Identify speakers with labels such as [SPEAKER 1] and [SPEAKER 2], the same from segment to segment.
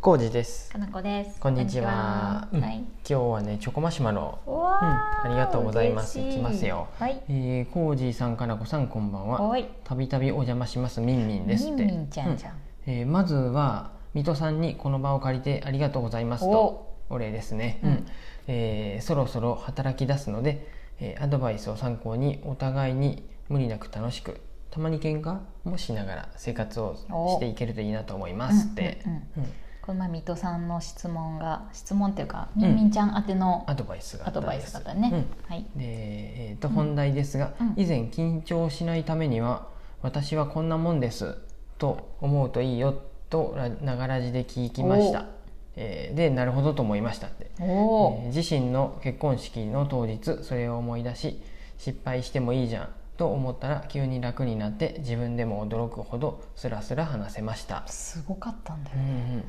[SPEAKER 1] コージです
[SPEAKER 2] かなこです。
[SPEAKER 1] こんにちは
[SPEAKER 2] こんにちはい。
[SPEAKER 1] 今日はねチョコマシュマロ、
[SPEAKER 2] うわ
[SPEAKER 1] ありがとうございます
[SPEAKER 2] 嬉し
[SPEAKER 1] いきますよ
[SPEAKER 2] はい。
[SPEAKER 1] えー、コージーさんかなこさんこんばんは
[SPEAKER 2] おい。
[SPEAKER 1] たびたびお邪魔しますみんみんです
[SPEAKER 2] み
[SPEAKER 1] っ
[SPEAKER 2] ん
[SPEAKER 1] て
[SPEAKER 2] みんちゃんじゃん。
[SPEAKER 1] うんえーまずは水戸さんにこの場を借りてありがとうございますと
[SPEAKER 2] お
[SPEAKER 1] お礼ですね、
[SPEAKER 2] うん
[SPEAKER 1] えーそろそろ働き出すので、えーアドバイスを参考にお互いに無理なく楽しくたまに喧嘩もしながら生活をしていけるといいなと思いますって、
[SPEAKER 2] うんうんうん
[SPEAKER 1] うん
[SPEAKER 2] この前水戸さんの質問が質問っていうか
[SPEAKER 1] ん
[SPEAKER 2] みんみんちゃん宛ての
[SPEAKER 1] アドバイスがあ
[SPEAKER 2] ア
[SPEAKER 1] ったん
[SPEAKER 2] ドバイ
[SPEAKER 1] で
[SPEAKER 2] ス
[SPEAKER 1] す
[SPEAKER 2] だったね
[SPEAKER 1] うん。
[SPEAKER 2] はい。
[SPEAKER 1] で、えーと
[SPEAKER 2] うん
[SPEAKER 1] 本題ですが、
[SPEAKER 2] うん
[SPEAKER 1] 以前緊張しないためには私はこんなもんですと思うといいよとらながらじで聞きました
[SPEAKER 2] お、
[SPEAKER 1] えーでなるほどと思いましたって、
[SPEAKER 2] お
[SPEAKER 1] えー
[SPEAKER 2] お。
[SPEAKER 1] 自身の結婚式の当日それを思い出し失敗してもいいじゃんと思ったら急に楽になって自分でも驚くほどスラスラ話せました
[SPEAKER 2] すごかったんだ
[SPEAKER 1] う
[SPEAKER 2] よ
[SPEAKER 1] ん。うん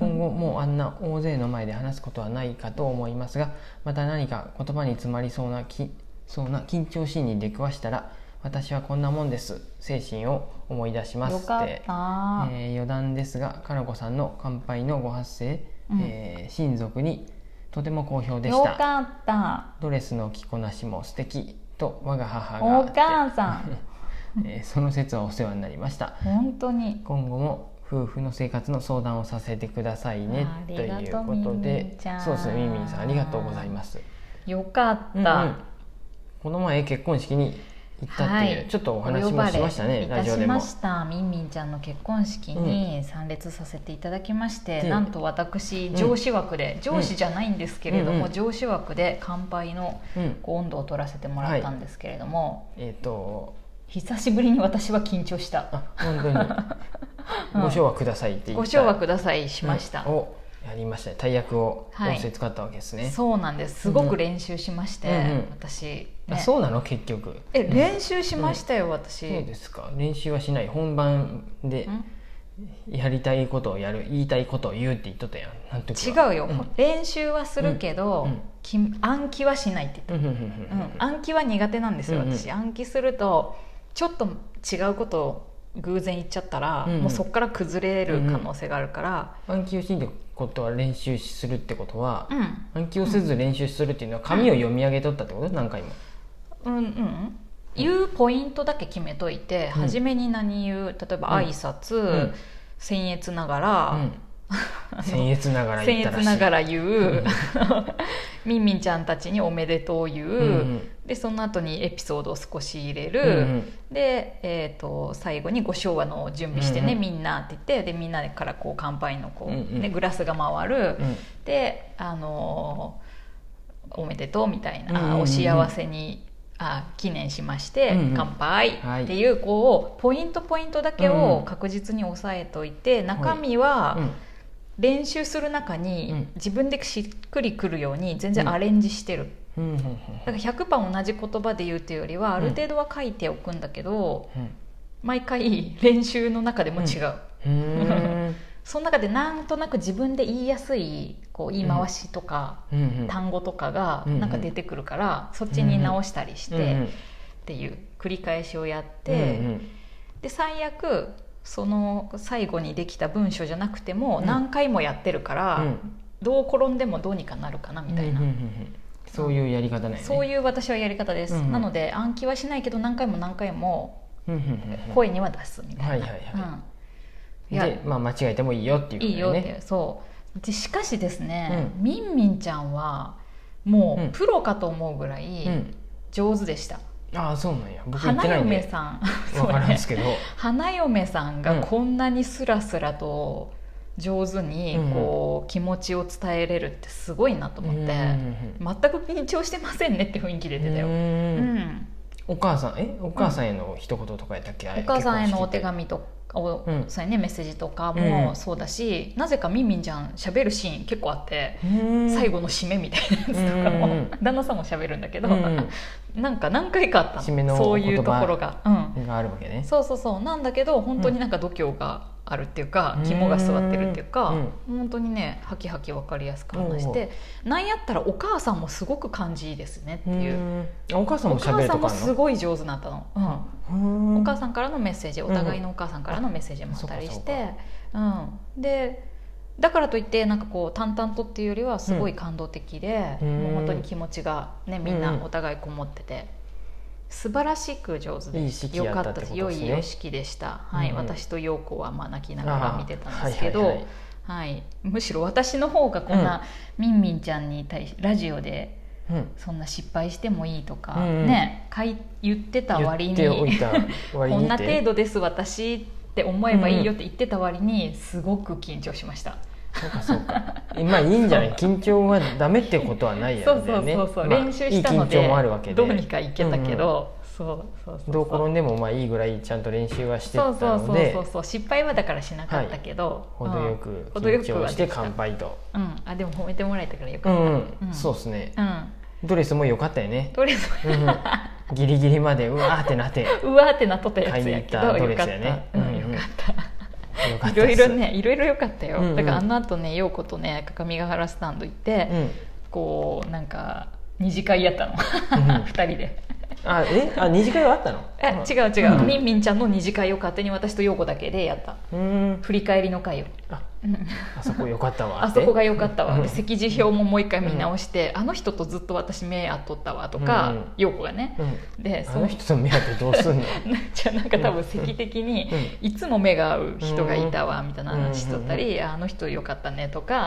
[SPEAKER 1] 今後もうあんな大勢の前で話すことはないかと思いますがまた何か言葉に詰まりそうなきそうな緊張シーンに出くわしたら私はこんなもんです精神を思い出します
[SPEAKER 2] よ
[SPEAKER 1] っ、
[SPEAKER 2] かってた。
[SPEAKER 1] えー余談ですがかなこさんの乾杯のご発声、
[SPEAKER 2] うん
[SPEAKER 1] えー親族にとても好評で
[SPEAKER 2] よ
[SPEAKER 1] した
[SPEAKER 2] かった。
[SPEAKER 1] ドレスの着こなしも素敵と我が母が
[SPEAKER 2] お母さ ん。
[SPEAKER 1] えーその説はお世話になりました
[SPEAKER 2] 本当に。
[SPEAKER 1] 今後も夫婦の生活の相談をさせてくださいね
[SPEAKER 2] あ
[SPEAKER 1] と
[SPEAKER 2] りが
[SPEAKER 1] い
[SPEAKER 2] とう
[SPEAKER 1] うこと
[SPEAKER 2] みみん
[SPEAKER 1] で
[SPEAKER 2] ちゃん
[SPEAKER 1] そうですねみんみんさんありがとうございます、
[SPEAKER 2] よかっ
[SPEAKER 1] うんうん
[SPEAKER 2] た。
[SPEAKER 1] この前結婚式に行ったっていう、
[SPEAKER 2] はい
[SPEAKER 1] ちょっとお
[SPEAKER 2] お
[SPEAKER 1] 話もしましたね
[SPEAKER 2] 呼ばれ
[SPEAKER 1] ラ
[SPEAKER 2] い
[SPEAKER 1] ジ
[SPEAKER 2] た
[SPEAKER 1] オ
[SPEAKER 2] し
[SPEAKER 1] でも
[SPEAKER 2] ましたみんみんちゃんの結婚式に参列させていただきまして、
[SPEAKER 1] で
[SPEAKER 2] なんと私
[SPEAKER 1] ん
[SPEAKER 2] 上司枠で、上司じゃないんですけれど
[SPEAKER 1] うん
[SPEAKER 2] も、
[SPEAKER 1] うん
[SPEAKER 2] 上司枠で乾杯の
[SPEAKER 1] うん
[SPEAKER 2] こう温度を取らせてもらったんですけれども、
[SPEAKER 1] えっ、と
[SPEAKER 2] 久しぶりに私は緊張した
[SPEAKER 1] あ本当に
[SPEAKER 2] うん
[SPEAKER 1] ご賞はくださいって言った
[SPEAKER 2] ご賞はくださいしました、
[SPEAKER 1] うんをやりましたね大役を
[SPEAKER 2] はい
[SPEAKER 1] 音声使ったわけですね、
[SPEAKER 2] そうなんですすごく練習しまして、
[SPEAKER 1] うんうん
[SPEAKER 2] 私、
[SPEAKER 1] あ
[SPEAKER 2] ね
[SPEAKER 1] そうなの結局
[SPEAKER 2] え
[SPEAKER 1] うん
[SPEAKER 2] 練習しましたよ、私
[SPEAKER 1] そうですか練習はしない本番で
[SPEAKER 2] ん
[SPEAKER 1] やりたいことをやる言いたいことを言うって言っとったやんあの時
[SPEAKER 2] 違
[SPEAKER 1] は
[SPEAKER 2] うよ、
[SPEAKER 1] ん
[SPEAKER 2] 練習はするけど、
[SPEAKER 1] うんうん
[SPEAKER 2] き暗記はしないって言った
[SPEAKER 1] うんうんうん
[SPEAKER 2] うん、暗記は苦手なんです
[SPEAKER 1] う
[SPEAKER 2] よ、
[SPEAKER 1] んうん
[SPEAKER 2] 私暗記するとちょっと違うことを偶然言っちゃったら、
[SPEAKER 1] うんうん
[SPEAKER 2] もうそこから崩れる可能性があるから、
[SPEAKER 1] 暗記をしんってことは練習するってことは
[SPEAKER 2] う、ん、
[SPEAKER 1] 暗記をせず練習するっていうのは紙を読み上げとったってこと何回も、
[SPEAKER 2] うんうん言うポイントだけ決めといて、
[SPEAKER 1] うん
[SPEAKER 2] 初めに何言う例えば
[SPEAKER 1] うん
[SPEAKER 2] 挨拶、
[SPEAKER 1] ん
[SPEAKER 2] 僭越なが
[SPEAKER 1] う
[SPEAKER 2] ら、
[SPEAKER 1] ん、僭越ながら言
[SPEAKER 2] 僭
[SPEAKER 1] ったらし
[SPEAKER 2] 越
[SPEAKER 1] い
[SPEAKER 2] ながら言う、
[SPEAKER 1] ん
[SPEAKER 2] みんみんちゃんたちにおめでとう言う、
[SPEAKER 1] うんうん
[SPEAKER 2] でその後にエピソードを少し入れる、
[SPEAKER 1] うんうん
[SPEAKER 2] で、えー、と最後にご昭和の準備して
[SPEAKER 1] うんう
[SPEAKER 2] ね、
[SPEAKER 1] ん
[SPEAKER 2] みんなって言ってでみんなからこう乾杯のこう、
[SPEAKER 1] うんうん
[SPEAKER 2] ね、グラスが回る、
[SPEAKER 1] うん
[SPEAKER 2] で、あのーおめでとう」みたい
[SPEAKER 1] う
[SPEAKER 2] な、
[SPEAKER 1] んうんうん
[SPEAKER 2] あお幸せにあ記念しまして、
[SPEAKER 1] うんうん
[SPEAKER 2] 乾杯
[SPEAKER 1] はい
[SPEAKER 2] っていうこうポイントポイントだけを確実に押さえといて、中身は
[SPEAKER 1] うん
[SPEAKER 2] 練習する中に、
[SPEAKER 1] うん
[SPEAKER 2] 自分でしっくりくるように全然
[SPEAKER 1] うん
[SPEAKER 2] アレンジしてる。
[SPEAKER 1] うんうん
[SPEAKER 2] だから100番同じ言葉で言うというよりはある程度は書いておくんだけど、毎回練習の中でも違う、
[SPEAKER 1] うんうんうん
[SPEAKER 2] その中でなんとなく自分で言いやすいこう言い回しとか、
[SPEAKER 1] うんうん
[SPEAKER 2] 単語とかが
[SPEAKER 1] うんうん
[SPEAKER 2] なんか出てくるから、そっちに直したりし
[SPEAKER 1] うんうん
[SPEAKER 2] てっていう繰り返しをやって、
[SPEAKER 1] うんうん
[SPEAKER 2] で最悪その最後にできた文章じゃなくても
[SPEAKER 1] うん
[SPEAKER 2] 何回もやってるから、
[SPEAKER 1] うん
[SPEAKER 2] どう転んでもどうにかなるかなみたいな、
[SPEAKER 1] うんうんうんうんそういうやり方だよね
[SPEAKER 2] そういう私はやり方です、
[SPEAKER 1] うんうん
[SPEAKER 2] なので暗記はしないけど何回も何回も
[SPEAKER 1] うんうんうんうん
[SPEAKER 2] 声には出すみたいな。
[SPEAKER 1] はいはいはい
[SPEAKER 2] うんいや
[SPEAKER 1] で、まあ、間違えてもいいよっていうこと
[SPEAKER 2] いいよっ
[SPEAKER 1] だ
[SPEAKER 2] て
[SPEAKER 1] よ
[SPEAKER 2] いう
[SPEAKER 1] ね
[SPEAKER 2] そうでしかしですね、
[SPEAKER 1] う
[SPEAKER 2] みんみんちゃんはも
[SPEAKER 1] うん
[SPEAKER 2] うプロかと思うぐらい上手でした、
[SPEAKER 1] うん、ああそうなんや僕言っ
[SPEAKER 2] 花
[SPEAKER 1] てないん
[SPEAKER 2] 嫁
[SPEAKER 1] で
[SPEAKER 2] さん
[SPEAKER 1] 分
[SPEAKER 2] そう
[SPEAKER 1] からんで
[SPEAKER 2] ね
[SPEAKER 1] すけど、
[SPEAKER 2] 花嫁さん
[SPEAKER 1] うん
[SPEAKER 2] がこんなにスラスラと上手に
[SPEAKER 1] うん
[SPEAKER 2] こう気持ちを伝えれるってすごいなと思って、
[SPEAKER 1] うんうん
[SPEAKER 2] 全く緊張してませんねって雰囲気出てたよ、
[SPEAKER 1] う
[SPEAKER 2] うんん、
[SPEAKER 1] お母さんえお母さんへの一言とかやったっけ、あれ
[SPEAKER 2] お母さんへのお手
[SPEAKER 1] 結婚
[SPEAKER 2] 紙とかを、
[SPEAKER 1] うん
[SPEAKER 2] そうやねメッセージとか
[SPEAKER 1] う
[SPEAKER 2] も
[SPEAKER 1] ん
[SPEAKER 2] そうだし、なぜかみんみんちゃん喋るシーン結構あって、
[SPEAKER 1] 式って
[SPEAKER 2] 最後の締めみたいなやつとか
[SPEAKER 1] うんうん
[SPEAKER 2] も旦那さんも喋るんだけど、
[SPEAKER 1] うん
[SPEAKER 2] なんか何回かあったの
[SPEAKER 1] 締めの
[SPEAKER 2] そういうところが、う
[SPEAKER 1] があるわけ
[SPEAKER 2] ん、
[SPEAKER 1] ね
[SPEAKER 2] そうそうそうなんだけど本当になんか度胸があるっていうか、
[SPEAKER 1] うん
[SPEAKER 2] 肝が据わってるっていうか、
[SPEAKER 1] うん
[SPEAKER 2] 本当にねハキハキ分かりやすく話して、なんやったらお母さんもすごく感じいいですねって
[SPEAKER 1] う
[SPEAKER 2] いう。
[SPEAKER 1] んあお母さん
[SPEAKER 2] お
[SPEAKER 1] も喋
[SPEAKER 2] 母
[SPEAKER 1] る
[SPEAKER 2] さ
[SPEAKER 1] と
[SPEAKER 2] ん
[SPEAKER 1] か
[SPEAKER 2] も
[SPEAKER 1] あ
[SPEAKER 2] す
[SPEAKER 1] る
[SPEAKER 2] ごい上手になったの、う
[SPEAKER 1] の
[SPEAKER 2] ん、お母
[SPEAKER 1] さ
[SPEAKER 2] さんからのメッセージお互いのお母さんからのメッセージもあったりして、うん、でだからといってなんかこう淡々とっていうよりはすごい感動的で、
[SPEAKER 1] うん
[SPEAKER 2] もう本当に気持ちが、ね、みんなお互いこもってて、素晴らしく上手で
[SPEAKER 1] いい式やったってことですね
[SPEAKER 2] 良い良式でした、はい
[SPEAKER 1] うん
[SPEAKER 2] 私と陽子はまあ泣きながら
[SPEAKER 1] あ
[SPEAKER 2] 見て
[SPEAKER 1] ー
[SPEAKER 2] たん
[SPEAKER 1] は
[SPEAKER 2] で
[SPEAKER 1] い
[SPEAKER 2] すけど、
[SPEAKER 1] は
[SPEAKER 2] はいい
[SPEAKER 1] はい
[SPEAKER 2] むしろ私の方がこんな、みんみんちゃんに対しラジオで
[SPEAKER 1] うん
[SPEAKER 2] そんな失敗してもいいとか、
[SPEAKER 1] うんうん
[SPEAKER 2] ねかい言ってた割
[SPEAKER 1] 言
[SPEAKER 2] に
[SPEAKER 1] っておいた割
[SPEAKER 2] こ
[SPEAKER 1] に
[SPEAKER 2] んな
[SPEAKER 1] って
[SPEAKER 2] 程度です私って思えばいいよって言ってた割にすごく緊張しました、
[SPEAKER 1] そうかそうかまあいいんじゃない緊張はダメってことはないや
[SPEAKER 2] そ
[SPEAKER 1] ろ
[SPEAKER 2] うそう
[SPEAKER 1] ね
[SPEAKER 2] そうそう、
[SPEAKER 1] まあ
[SPEAKER 2] 練習したので
[SPEAKER 1] いい緊張もあるわけで
[SPEAKER 2] どうにかいけたけど、そうそうそう
[SPEAKER 1] どう転んでもまあいいぐらいちゃんと練習はしてた
[SPEAKER 2] そうそう
[SPEAKER 1] の
[SPEAKER 2] そう
[SPEAKER 1] で
[SPEAKER 2] そうそう失敗はだからしなかったけど、
[SPEAKER 1] 程よく
[SPEAKER 2] うん程よ
[SPEAKER 1] 緊
[SPEAKER 2] く
[SPEAKER 1] 張
[SPEAKER 2] は
[SPEAKER 1] して
[SPEAKER 2] できた
[SPEAKER 1] 乾杯と
[SPEAKER 2] うん、あでも褒めてもらえたからよ
[SPEAKER 1] う
[SPEAKER 2] かった、
[SPEAKER 1] ん
[SPEAKER 2] う
[SPEAKER 1] うんんそうですね
[SPEAKER 2] うん
[SPEAKER 1] ドレスも良かったよね
[SPEAKER 2] とりあえず
[SPEAKER 1] うんうんギリギリまでうわーってなってよ
[SPEAKER 2] うわーってなっとったやつやけど
[SPEAKER 1] 買いに行
[SPEAKER 2] よ
[SPEAKER 1] った
[SPEAKER 2] か
[SPEAKER 1] ドレ
[SPEAKER 2] っ
[SPEAKER 1] スやね
[SPEAKER 2] た、う
[SPEAKER 1] う
[SPEAKER 2] ん、
[SPEAKER 1] んうん
[SPEAKER 2] よかった
[SPEAKER 1] かっ
[SPEAKER 2] い
[SPEAKER 1] た
[SPEAKER 2] ろ
[SPEAKER 1] で
[SPEAKER 2] い
[SPEAKER 1] す
[SPEAKER 2] ろねいろいろよかったよ、
[SPEAKER 1] うんうん
[SPEAKER 2] だからあのあとね陽子とね各務原スタンド行って、
[SPEAKER 1] うん
[SPEAKER 2] こうなんか二次会やったの
[SPEAKER 1] うん
[SPEAKER 2] 二人で。
[SPEAKER 1] あえあ二次会はあったの
[SPEAKER 2] え違う違う、
[SPEAKER 1] うん
[SPEAKER 2] みんみんちゃんの二次会を勝手に私と陽子だけでやった
[SPEAKER 1] うん
[SPEAKER 2] 振り返りの会を
[SPEAKER 1] あ
[SPEAKER 2] うん
[SPEAKER 1] あそこ良かったわ
[SPEAKER 2] あそこが良かったわ、
[SPEAKER 1] うん
[SPEAKER 2] で席次表ももう一回見直して、あの人とずっと私目合っとったわとか
[SPEAKER 1] うん
[SPEAKER 2] 陽子、がね
[SPEAKER 1] うん
[SPEAKER 2] で
[SPEAKER 1] あ
[SPEAKER 2] そ
[SPEAKER 1] の
[SPEAKER 2] の
[SPEAKER 1] 人と目当てどうすんの
[SPEAKER 2] じゃあなんか多分席的に
[SPEAKER 1] うん
[SPEAKER 2] いつも目が合う人がいたわみたいな話しとったり、あの人良かったねとか、うん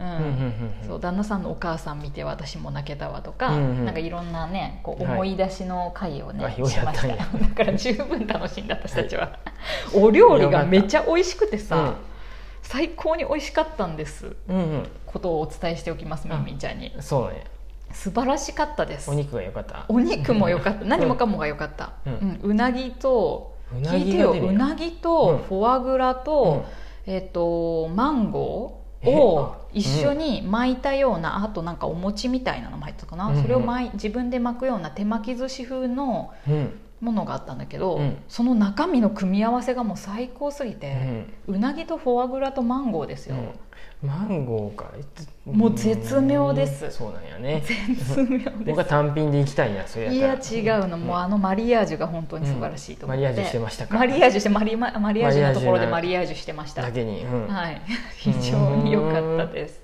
[SPEAKER 1] うんうんうんうん
[SPEAKER 2] そう旦那さんのお母さん見て私も泣けたわとか、
[SPEAKER 1] うんうん
[SPEAKER 2] なんかいろんなねこう
[SPEAKER 1] はい
[SPEAKER 2] 思い出しの会をね、
[SPEAKER 1] あよう
[SPEAKER 2] し
[SPEAKER 1] や
[SPEAKER 2] ま
[SPEAKER 1] った
[SPEAKER 2] し
[SPEAKER 1] ん
[SPEAKER 2] た
[SPEAKER 1] や
[SPEAKER 2] だから十分楽しんだ私たちは、お料理がめちゃ美味しくてさ、最高に美味しかったんです
[SPEAKER 1] うんうん
[SPEAKER 2] ことをお伝えしておきますみんみんちゃんに
[SPEAKER 1] うんそうね
[SPEAKER 2] 素晴らしかったです
[SPEAKER 1] お肉が良かった
[SPEAKER 2] お肉も良かった
[SPEAKER 1] うん
[SPEAKER 2] 何もかもが良かった、
[SPEAKER 1] う
[SPEAKER 2] うんんうなぎと
[SPEAKER 1] うな
[SPEAKER 2] 聞い
[SPEAKER 1] ぎ
[SPEAKER 2] て
[SPEAKER 1] が
[SPEAKER 2] よ
[SPEAKER 1] 出る
[SPEAKER 2] うなぎと
[SPEAKER 1] うん
[SPEAKER 2] フォアグラと、えっ、とマンゴーを
[SPEAKER 1] えあ
[SPEAKER 2] 一緒に巻いたようなあとなんかお餅みたいなのも入ってたかな、
[SPEAKER 1] うんうん
[SPEAKER 2] それを巻い自分で巻くような手巻き寿司風の
[SPEAKER 1] うんうん
[SPEAKER 2] ものがあったんだけど、
[SPEAKER 1] うん
[SPEAKER 2] その中身の組み合わせがもう最高すぎ
[SPEAKER 1] う
[SPEAKER 2] て、
[SPEAKER 1] ん
[SPEAKER 2] うなぎとフォアグラとマンゴーですよ、
[SPEAKER 1] うんマンゴーかいつ
[SPEAKER 2] もう絶妙です
[SPEAKER 1] うんそうなんやね
[SPEAKER 2] 絶妙で
[SPEAKER 1] 僕
[SPEAKER 2] す
[SPEAKER 1] は単品で行きたいなそれ
[SPEAKER 2] い
[SPEAKER 1] や
[SPEAKER 2] や
[SPEAKER 1] ったら
[SPEAKER 2] 違うの、もうあのマリアージュが本当に素晴らしいと思って、
[SPEAKER 1] うんマリアージュしてましたか
[SPEAKER 2] マリアージュしてマリママリアージュのところでマ
[SPEAKER 1] マリ
[SPEAKER 2] リアージュしてました
[SPEAKER 1] だけにうん
[SPEAKER 2] はい、 非常に良かったです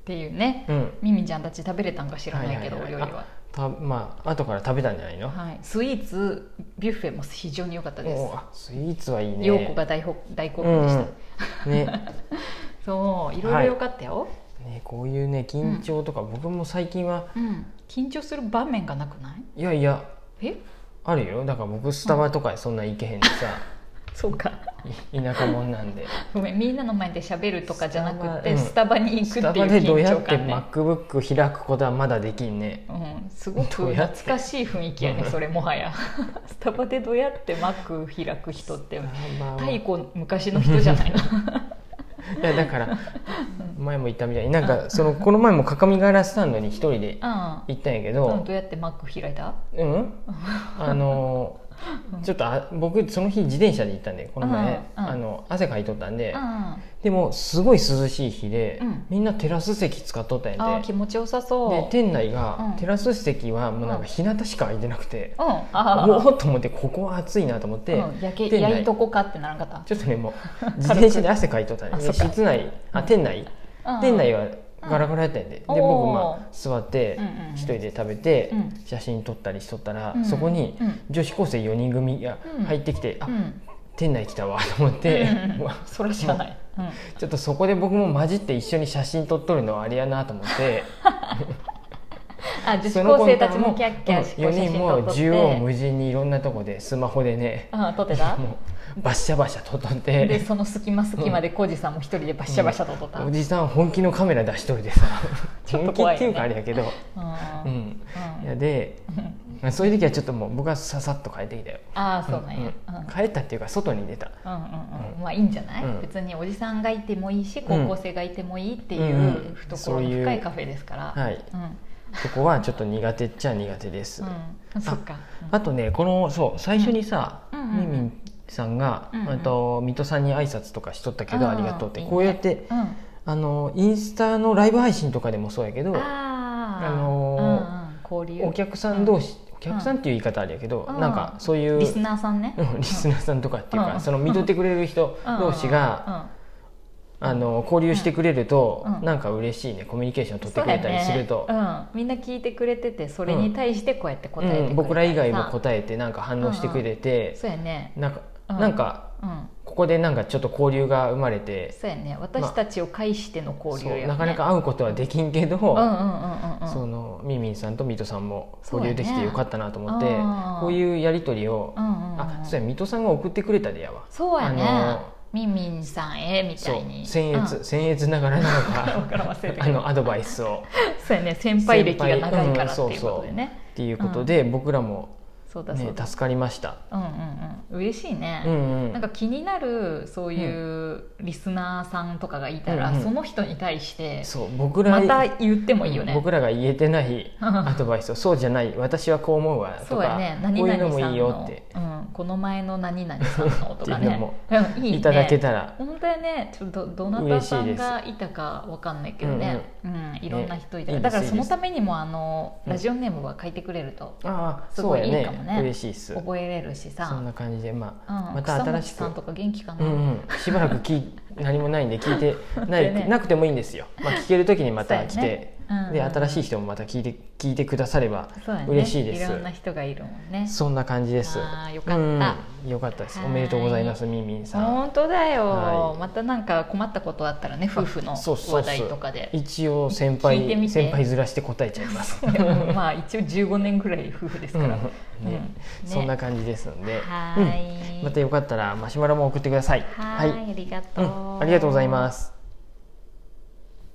[SPEAKER 2] っていうね
[SPEAKER 1] うん
[SPEAKER 2] ミミちゃんたち食べれたんか知らないけど、
[SPEAKER 1] はいはいはい
[SPEAKER 2] お料理は、
[SPEAKER 1] たまあ後から食べたんじゃないの
[SPEAKER 2] はい、スイーツビュッフェも非常に良かったで
[SPEAKER 1] お
[SPEAKER 2] す
[SPEAKER 1] ーあスイーツはいいね
[SPEAKER 2] 陽子が大ほ大好評でした、
[SPEAKER 1] うんうんね
[SPEAKER 2] そういろいろ良かったよ、
[SPEAKER 1] ねこういうね緊張とか僕も最近は
[SPEAKER 2] うん、緊張する場面がなくない
[SPEAKER 1] いやいや
[SPEAKER 2] え
[SPEAKER 1] あるよだから僕スタバとかそんな行けへんで さ
[SPEAKER 2] そうか
[SPEAKER 1] い田舎者なんで
[SPEAKER 2] ごめんみんなの前で喋るとかじゃなくてス
[SPEAKER 1] ス
[SPEAKER 2] タバに行く
[SPEAKER 1] ス
[SPEAKER 2] ってい
[SPEAKER 1] タ
[SPEAKER 2] う
[SPEAKER 1] バでどう
[SPEAKER 2] 緊
[SPEAKER 1] や
[SPEAKER 2] 張
[SPEAKER 1] って
[SPEAKER 2] 感ね
[SPEAKER 1] MacBook 開くことはまだできんね
[SPEAKER 2] うん、すご
[SPEAKER 1] ど
[SPEAKER 2] く
[SPEAKER 1] うや
[SPEAKER 2] 懐
[SPEAKER 1] って
[SPEAKER 2] かしい雰囲気やねそれもはやスタバでどうやってマック開く人って
[SPEAKER 1] まあまあ
[SPEAKER 2] 太古昔の人じゃない の
[SPEAKER 1] いやだから前も言ったみたいになんかそのこの前も各務原スタンドに一人で行ったんやけ
[SPEAKER 2] うん、うん、
[SPEAKER 1] ど
[SPEAKER 2] どうやってマック開いた
[SPEAKER 1] うんあのちょっとあ僕その日自転車で行ったんでこの前
[SPEAKER 2] うんうん
[SPEAKER 1] あの汗かいとったんで
[SPEAKER 2] うん、あ
[SPEAKER 1] でもすごい涼しい日で
[SPEAKER 2] うん
[SPEAKER 1] みんなテラス席使っとったん
[SPEAKER 2] あ
[SPEAKER 1] や
[SPEAKER 2] ー気
[SPEAKER 1] で
[SPEAKER 2] 持ちよさ
[SPEAKER 1] で
[SPEAKER 2] そう
[SPEAKER 1] 店内
[SPEAKER 2] うん
[SPEAKER 1] がテラス席はもうなんか日向しか空いてなくて
[SPEAKER 2] うんああ
[SPEAKER 1] おおっと思ってここは暑いなと思って
[SPEAKER 2] うん、焼け
[SPEAKER 1] 店内
[SPEAKER 2] 焼いとこかってならんかった
[SPEAKER 1] ちょっとね もう自転車で汗かいとったん
[SPEAKER 2] あ
[SPEAKER 1] で
[SPEAKER 2] そっか
[SPEAKER 1] 室内あ店内
[SPEAKER 2] うん
[SPEAKER 1] 店内はガラガラやったんやでで
[SPEAKER 2] うん
[SPEAKER 1] 僕
[SPEAKER 2] お
[SPEAKER 1] ま
[SPEAKER 2] ー
[SPEAKER 1] あ座って
[SPEAKER 2] うんうんうん
[SPEAKER 1] 一人で食べて
[SPEAKER 2] うん
[SPEAKER 1] 写真撮ったりしとったら
[SPEAKER 2] うん
[SPEAKER 1] そこに
[SPEAKER 2] うん
[SPEAKER 1] 女子高生4人組が
[SPEAKER 2] うん
[SPEAKER 1] 入ってきてあ
[SPEAKER 2] うん
[SPEAKER 1] 店内来たわと思って
[SPEAKER 2] うんうんうん
[SPEAKER 1] うわ
[SPEAKER 2] それしかない、うん、
[SPEAKER 1] ちょっとそこで僕も混じって一緒に写真撮っとるのはあれやなと思って
[SPEAKER 2] あ女
[SPEAKER 1] そ
[SPEAKER 2] 子
[SPEAKER 1] の
[SPEAKER 2] 高生たちもキャッキャし
[SPEAKER 1] 4人も縦
[SPEAKER 2] 写真
[SPEAKER 1] 横
[SPEAKER 2] 撮っ
[SPEAKER 1] 無尽にいろんなとこでスマホでね
[SPEAKER 2] てうん撮って た
[SPEAKER 1] もうバッシャバシャ撮っとっ
[SPEAKER 2] で
[SPEAKER 1] て
[SPEAKER 2] その隙間隙間で浩二さんも一人でバッシャバシャと撮った、
[SPEAKER 1] おじさん本気のカメラ出しといてさ
[SPEAKER 2] ちょっ
[SPEAKER 1] 本
[SPEAKER 2] と
[SPEAKER 1] 気
[SPEAKER 2] 怖
[SPEAKER 1] っ
[SPEAKER 2] い
[SPEAKER 1] てい
[SPEAKER 2] よね
[SPEAKER 1] うかあれやけど、
[SPEAKER 2] うん
[SPEAKER 1] うん、
[SPEAKER 2] うん
[SPEAKER 1] いやでそういう時はちょっともう僕はささっと帰ってきたよ
[SPEAKER 2] ああそうなんや、
[SPEAKER 1] う
[SPEAKER 2] うんん
[SPEAKER 1] うん帰ったっていうか外に出た
[SPEAKER 2] うんうんうん
[SPEAKER 1] うん
[SPEAKER 2] まあいいんじゃない、
[SPEAKER 1] うん
[SPEAKER 2] 別におじさんがいてもいいし高校生がいてもいいってい
[SPEAKER 1] うんうんうん
[SPEAKER 2] う懐の深いカフェですから、
[SPEAKER 1] そういう
[SPEAKER 2] うん
[SPEAKER 1] そこはちょっと苦手っちゃ苦手です、
[SPEAKER 2] うんそっか、うん
[SPEAKER 1] あとねこのそう最初にさ、
[SPEAKER 2] うんうんうん
[SPEAKER 1] みみんさんが、
[SPEAKER 2] うんうん
[SPEAKER 1] あと水戸さんに挨拶とかしとったけど、
[SPEAKER 2] うん
[SPEAKER 1] ありがとうって
[SPEAKER 2] いいね
[SPEAKER 1] こうやって
[SPEAKER 2] うん
[SPEAKER 1] あのインスタのライブ配信とかでもそうやけど
[SPEAKER 2] あー
[SPEAKER 1] あの
[SPEAKER 2] うんうん、交流
[SPEAKER 1] お客さん同士、お客さんっていう言い方あるやけど、
[SPEAKER 2] うん
[SPEAKER 1] なんかそういう
[SPEAKER 2] リスナーさんね、
[SPEAKER 1] うんリスナーさんとかっていうか、
[SPEAKER 2] うん
[SPEAKER 1] その見とってくれる人
[SPEAKER 2] うん
[SPEAKER 1] 同士が、
[SPEAKER 2] うん
[SPEAKER 1] あの交流してくれると、
[SPEAKER 2] うん
[SPEAKER 1] なんか嬉しいねコミュニケーション取って
[SPEAKER 2] そう
[SPEAKER 1] くれ
[SPEAKER 2] だ
[SPEAKER 1] たりすると、
[SPEAKER 2] よねうん、みんな聞いてくれててそれに対してこうやって答えてくれたりさ、
[SPEAKER 1] うん僕ら以外も答えてなんか反応してくれて、
[SPEAKER 2] そうやね
[SPEAKER 1] なんか、
[SPEAKER 2] うん
[SPEAKER 1] なんか
[SPEAKER 2] うん
[SPEAKER 1] ここでなんかちょっと交流が生まれて、
[SPEAKER 2] そうやね私たちを介しての交流
[SPEAKER 1] そ
[SPEAKER 2] や、ね
[SPEAKER 1] うなかなか会うことはできんけど、
[SPEAKER 2] うんうんうんうんうん
[SPEAKER 1] そのみみんさんとミトさんも交流でき
[SPEAKER 2] そうや
[SPEAKER 1] て
[SPEAKER 2] ね
[SPEAKER 1] よかったなと思って、
[SPEAKER 2] あー
[SPEAKER 1] こういうやり取りを、
[SPEAKER 2] うんうんうん
[SPEAKER 1] あそうやミトさんが送ってくれたでやわ
[SPEAKER 2] そうやね、
[SPEAKER 1] あの
[SPEAKER 2] みみんさんえみた
[SPEAKER 1] そ
[SPEAKER 2] いうに
[SPEAKER 1] 僭越、
[SPEAKER 2] うん
[SPEAKER 1] 僭越ながらなの
[SPEAKER 2] わからん
[SPEAKER 1] か
[SPEAKER 2] 忘れた
[SPEAKER 1] あ
[SPEAKER 2] けど
[SPEAKER 1] のアドバイスを
[SPEAKER 2] そうやね先輩歴が長いからっ
[SPEAKER 1] 先輩
[SPEAKER 2] ていうことでね、
[SPEAKER 1] っていうことで、僕らも、
[SPEAKER 2] そうだそう
[SPEAKER 1] ね
[SPEAKER 2] だ、、
[SPEAKER 1] 助かりました。
[SPEAKER 2] うんうんうん嬉しいね、
[SPEAKER 1] うんうん、
[SPEAKER 2] なんか気になるそういうリスナーさんとかがいたら、
[SPEAKER 1] うんうん
[SPEAKER 2] その人に対して
[SPEAKER 1] そう僕ら
[SPEAKER 2] また言ってもいいよね、
[SPEAKER 1] 僕らが言えて ない
[SPEAKER 2] うん
[SPEAKER 1] アドバイスをそうじゃない私はこう思うわと
[SPEAKER 2] そうや
[SPEAKER 1] か、
[SPEAKER 2] ね
[SPEAKER 1] こ
[SPEAKER 2] 何
[SPEAKER 1] うい
[SPEAKER 2] 々
[SPEAKER 1] うのも
[SPEAKER 2] さ
[SPEAKER 1] い
[SPEAKER 2] ん
[SPEAKER 1] いよっ
[SPEAKER 2] の
[SPEAKER 1] て、
[SPEAKER 2] うん、この前の何々さんのと か
[SPEAKER 1] っていうの
[SPEAKER 2] ね
[SPEAKER 1] も
[SPEAKER 2] うんいいね
[SPEAKER 1] いただけたら、
[SPEAKER 2] 本当やねちょっとどどなたさんがいたかわかんないけどねうん、いろんな人いたから、
[SPEAKER 1] ね
[SPEAKER 2] だから
[SPEAKER 1] いいです
[SPEAKER 2] そのためにもあの
[SPEAKER 1] うん
[SPEAKER 2] ラジオネームは書いてくれると
[SPEAKER 1] ああ
[SPEAKER 2] す
[SPEAKER 1] そ
[SPEAKER 2] ご
[SPEAKER 1] う
[SPEAKER 2] い
[SPEAKER 1] や
[SPEAKER 2] いいかもね
[SPEAKER 1] ね嬉しいっす
[SPEAKER 2] 覚えれるし
[SPEAKER 1] そん
[SPEAKER 2] さ、
[SPEAKER 1] な感じでま
[SPEAKER 2] う
[SPEAKER 1] あ、
[SPEAKER 2] ん、
[SPEAKER 1] また新し
[SPEAKER 2] 草
[SPEAKER 1] く
[SPEAKER 2] 持ちさんとか元気か
[SPEAKER 1] う
[SPEAKER 2] な、
[SPEAKER 1] んうん、しばらく聞 い何もないんで聞いてない、
[SPEAKER 2] だよね
[SPEAKER 1] なくてもいいんですよ、まあ、聞ける時にまた来て、
[SPEAKER 2] そうやねうん
[SPEAKER 1] で新しい人もまた聞いて聞いてくだされば
[SPEAKER 2] そうやね
[SPEAKER 1] 嬉しいです
[SPEAKER 2] いろんな人がいるもんね
[SPEAKER 1] そんな感じです
[SPEAKER 2] あーよかった
[SPEAKER 1] うん、よかったです
[SPEAKER 2] はい
[SPEAKER 1] おめでとうございますみんみんさん
[SPEAKER 2] 本当だよ、
[SPEAKER 1] はい
[SPEAKER 2] またなんか困ったことあったらね夫婦の
[SPEAKER 1] あそうそうそう
[SPEAKER 2] 話題とかで
[SPEAKER 1] 一応先
[SPEAKER 2] 聞いて
[SPEAKER 1] 輩
[SPEAKER 2] みて
[SPEAKER 1] 先輩ずらして答えちゃい ます
[SPEAKER 2] いやもう まあ一応15年ぐらい夫婦ですから、
[SPEAKER 1] うんねそんな感じですので、
[SPEAKER 2] はーい
[SPEAKER 1] うんまたよかったらマシュマロも送ってください。
[SPEAKER 2] はいありがとう、
[SPEAKER 1] うん、ありがとうございます。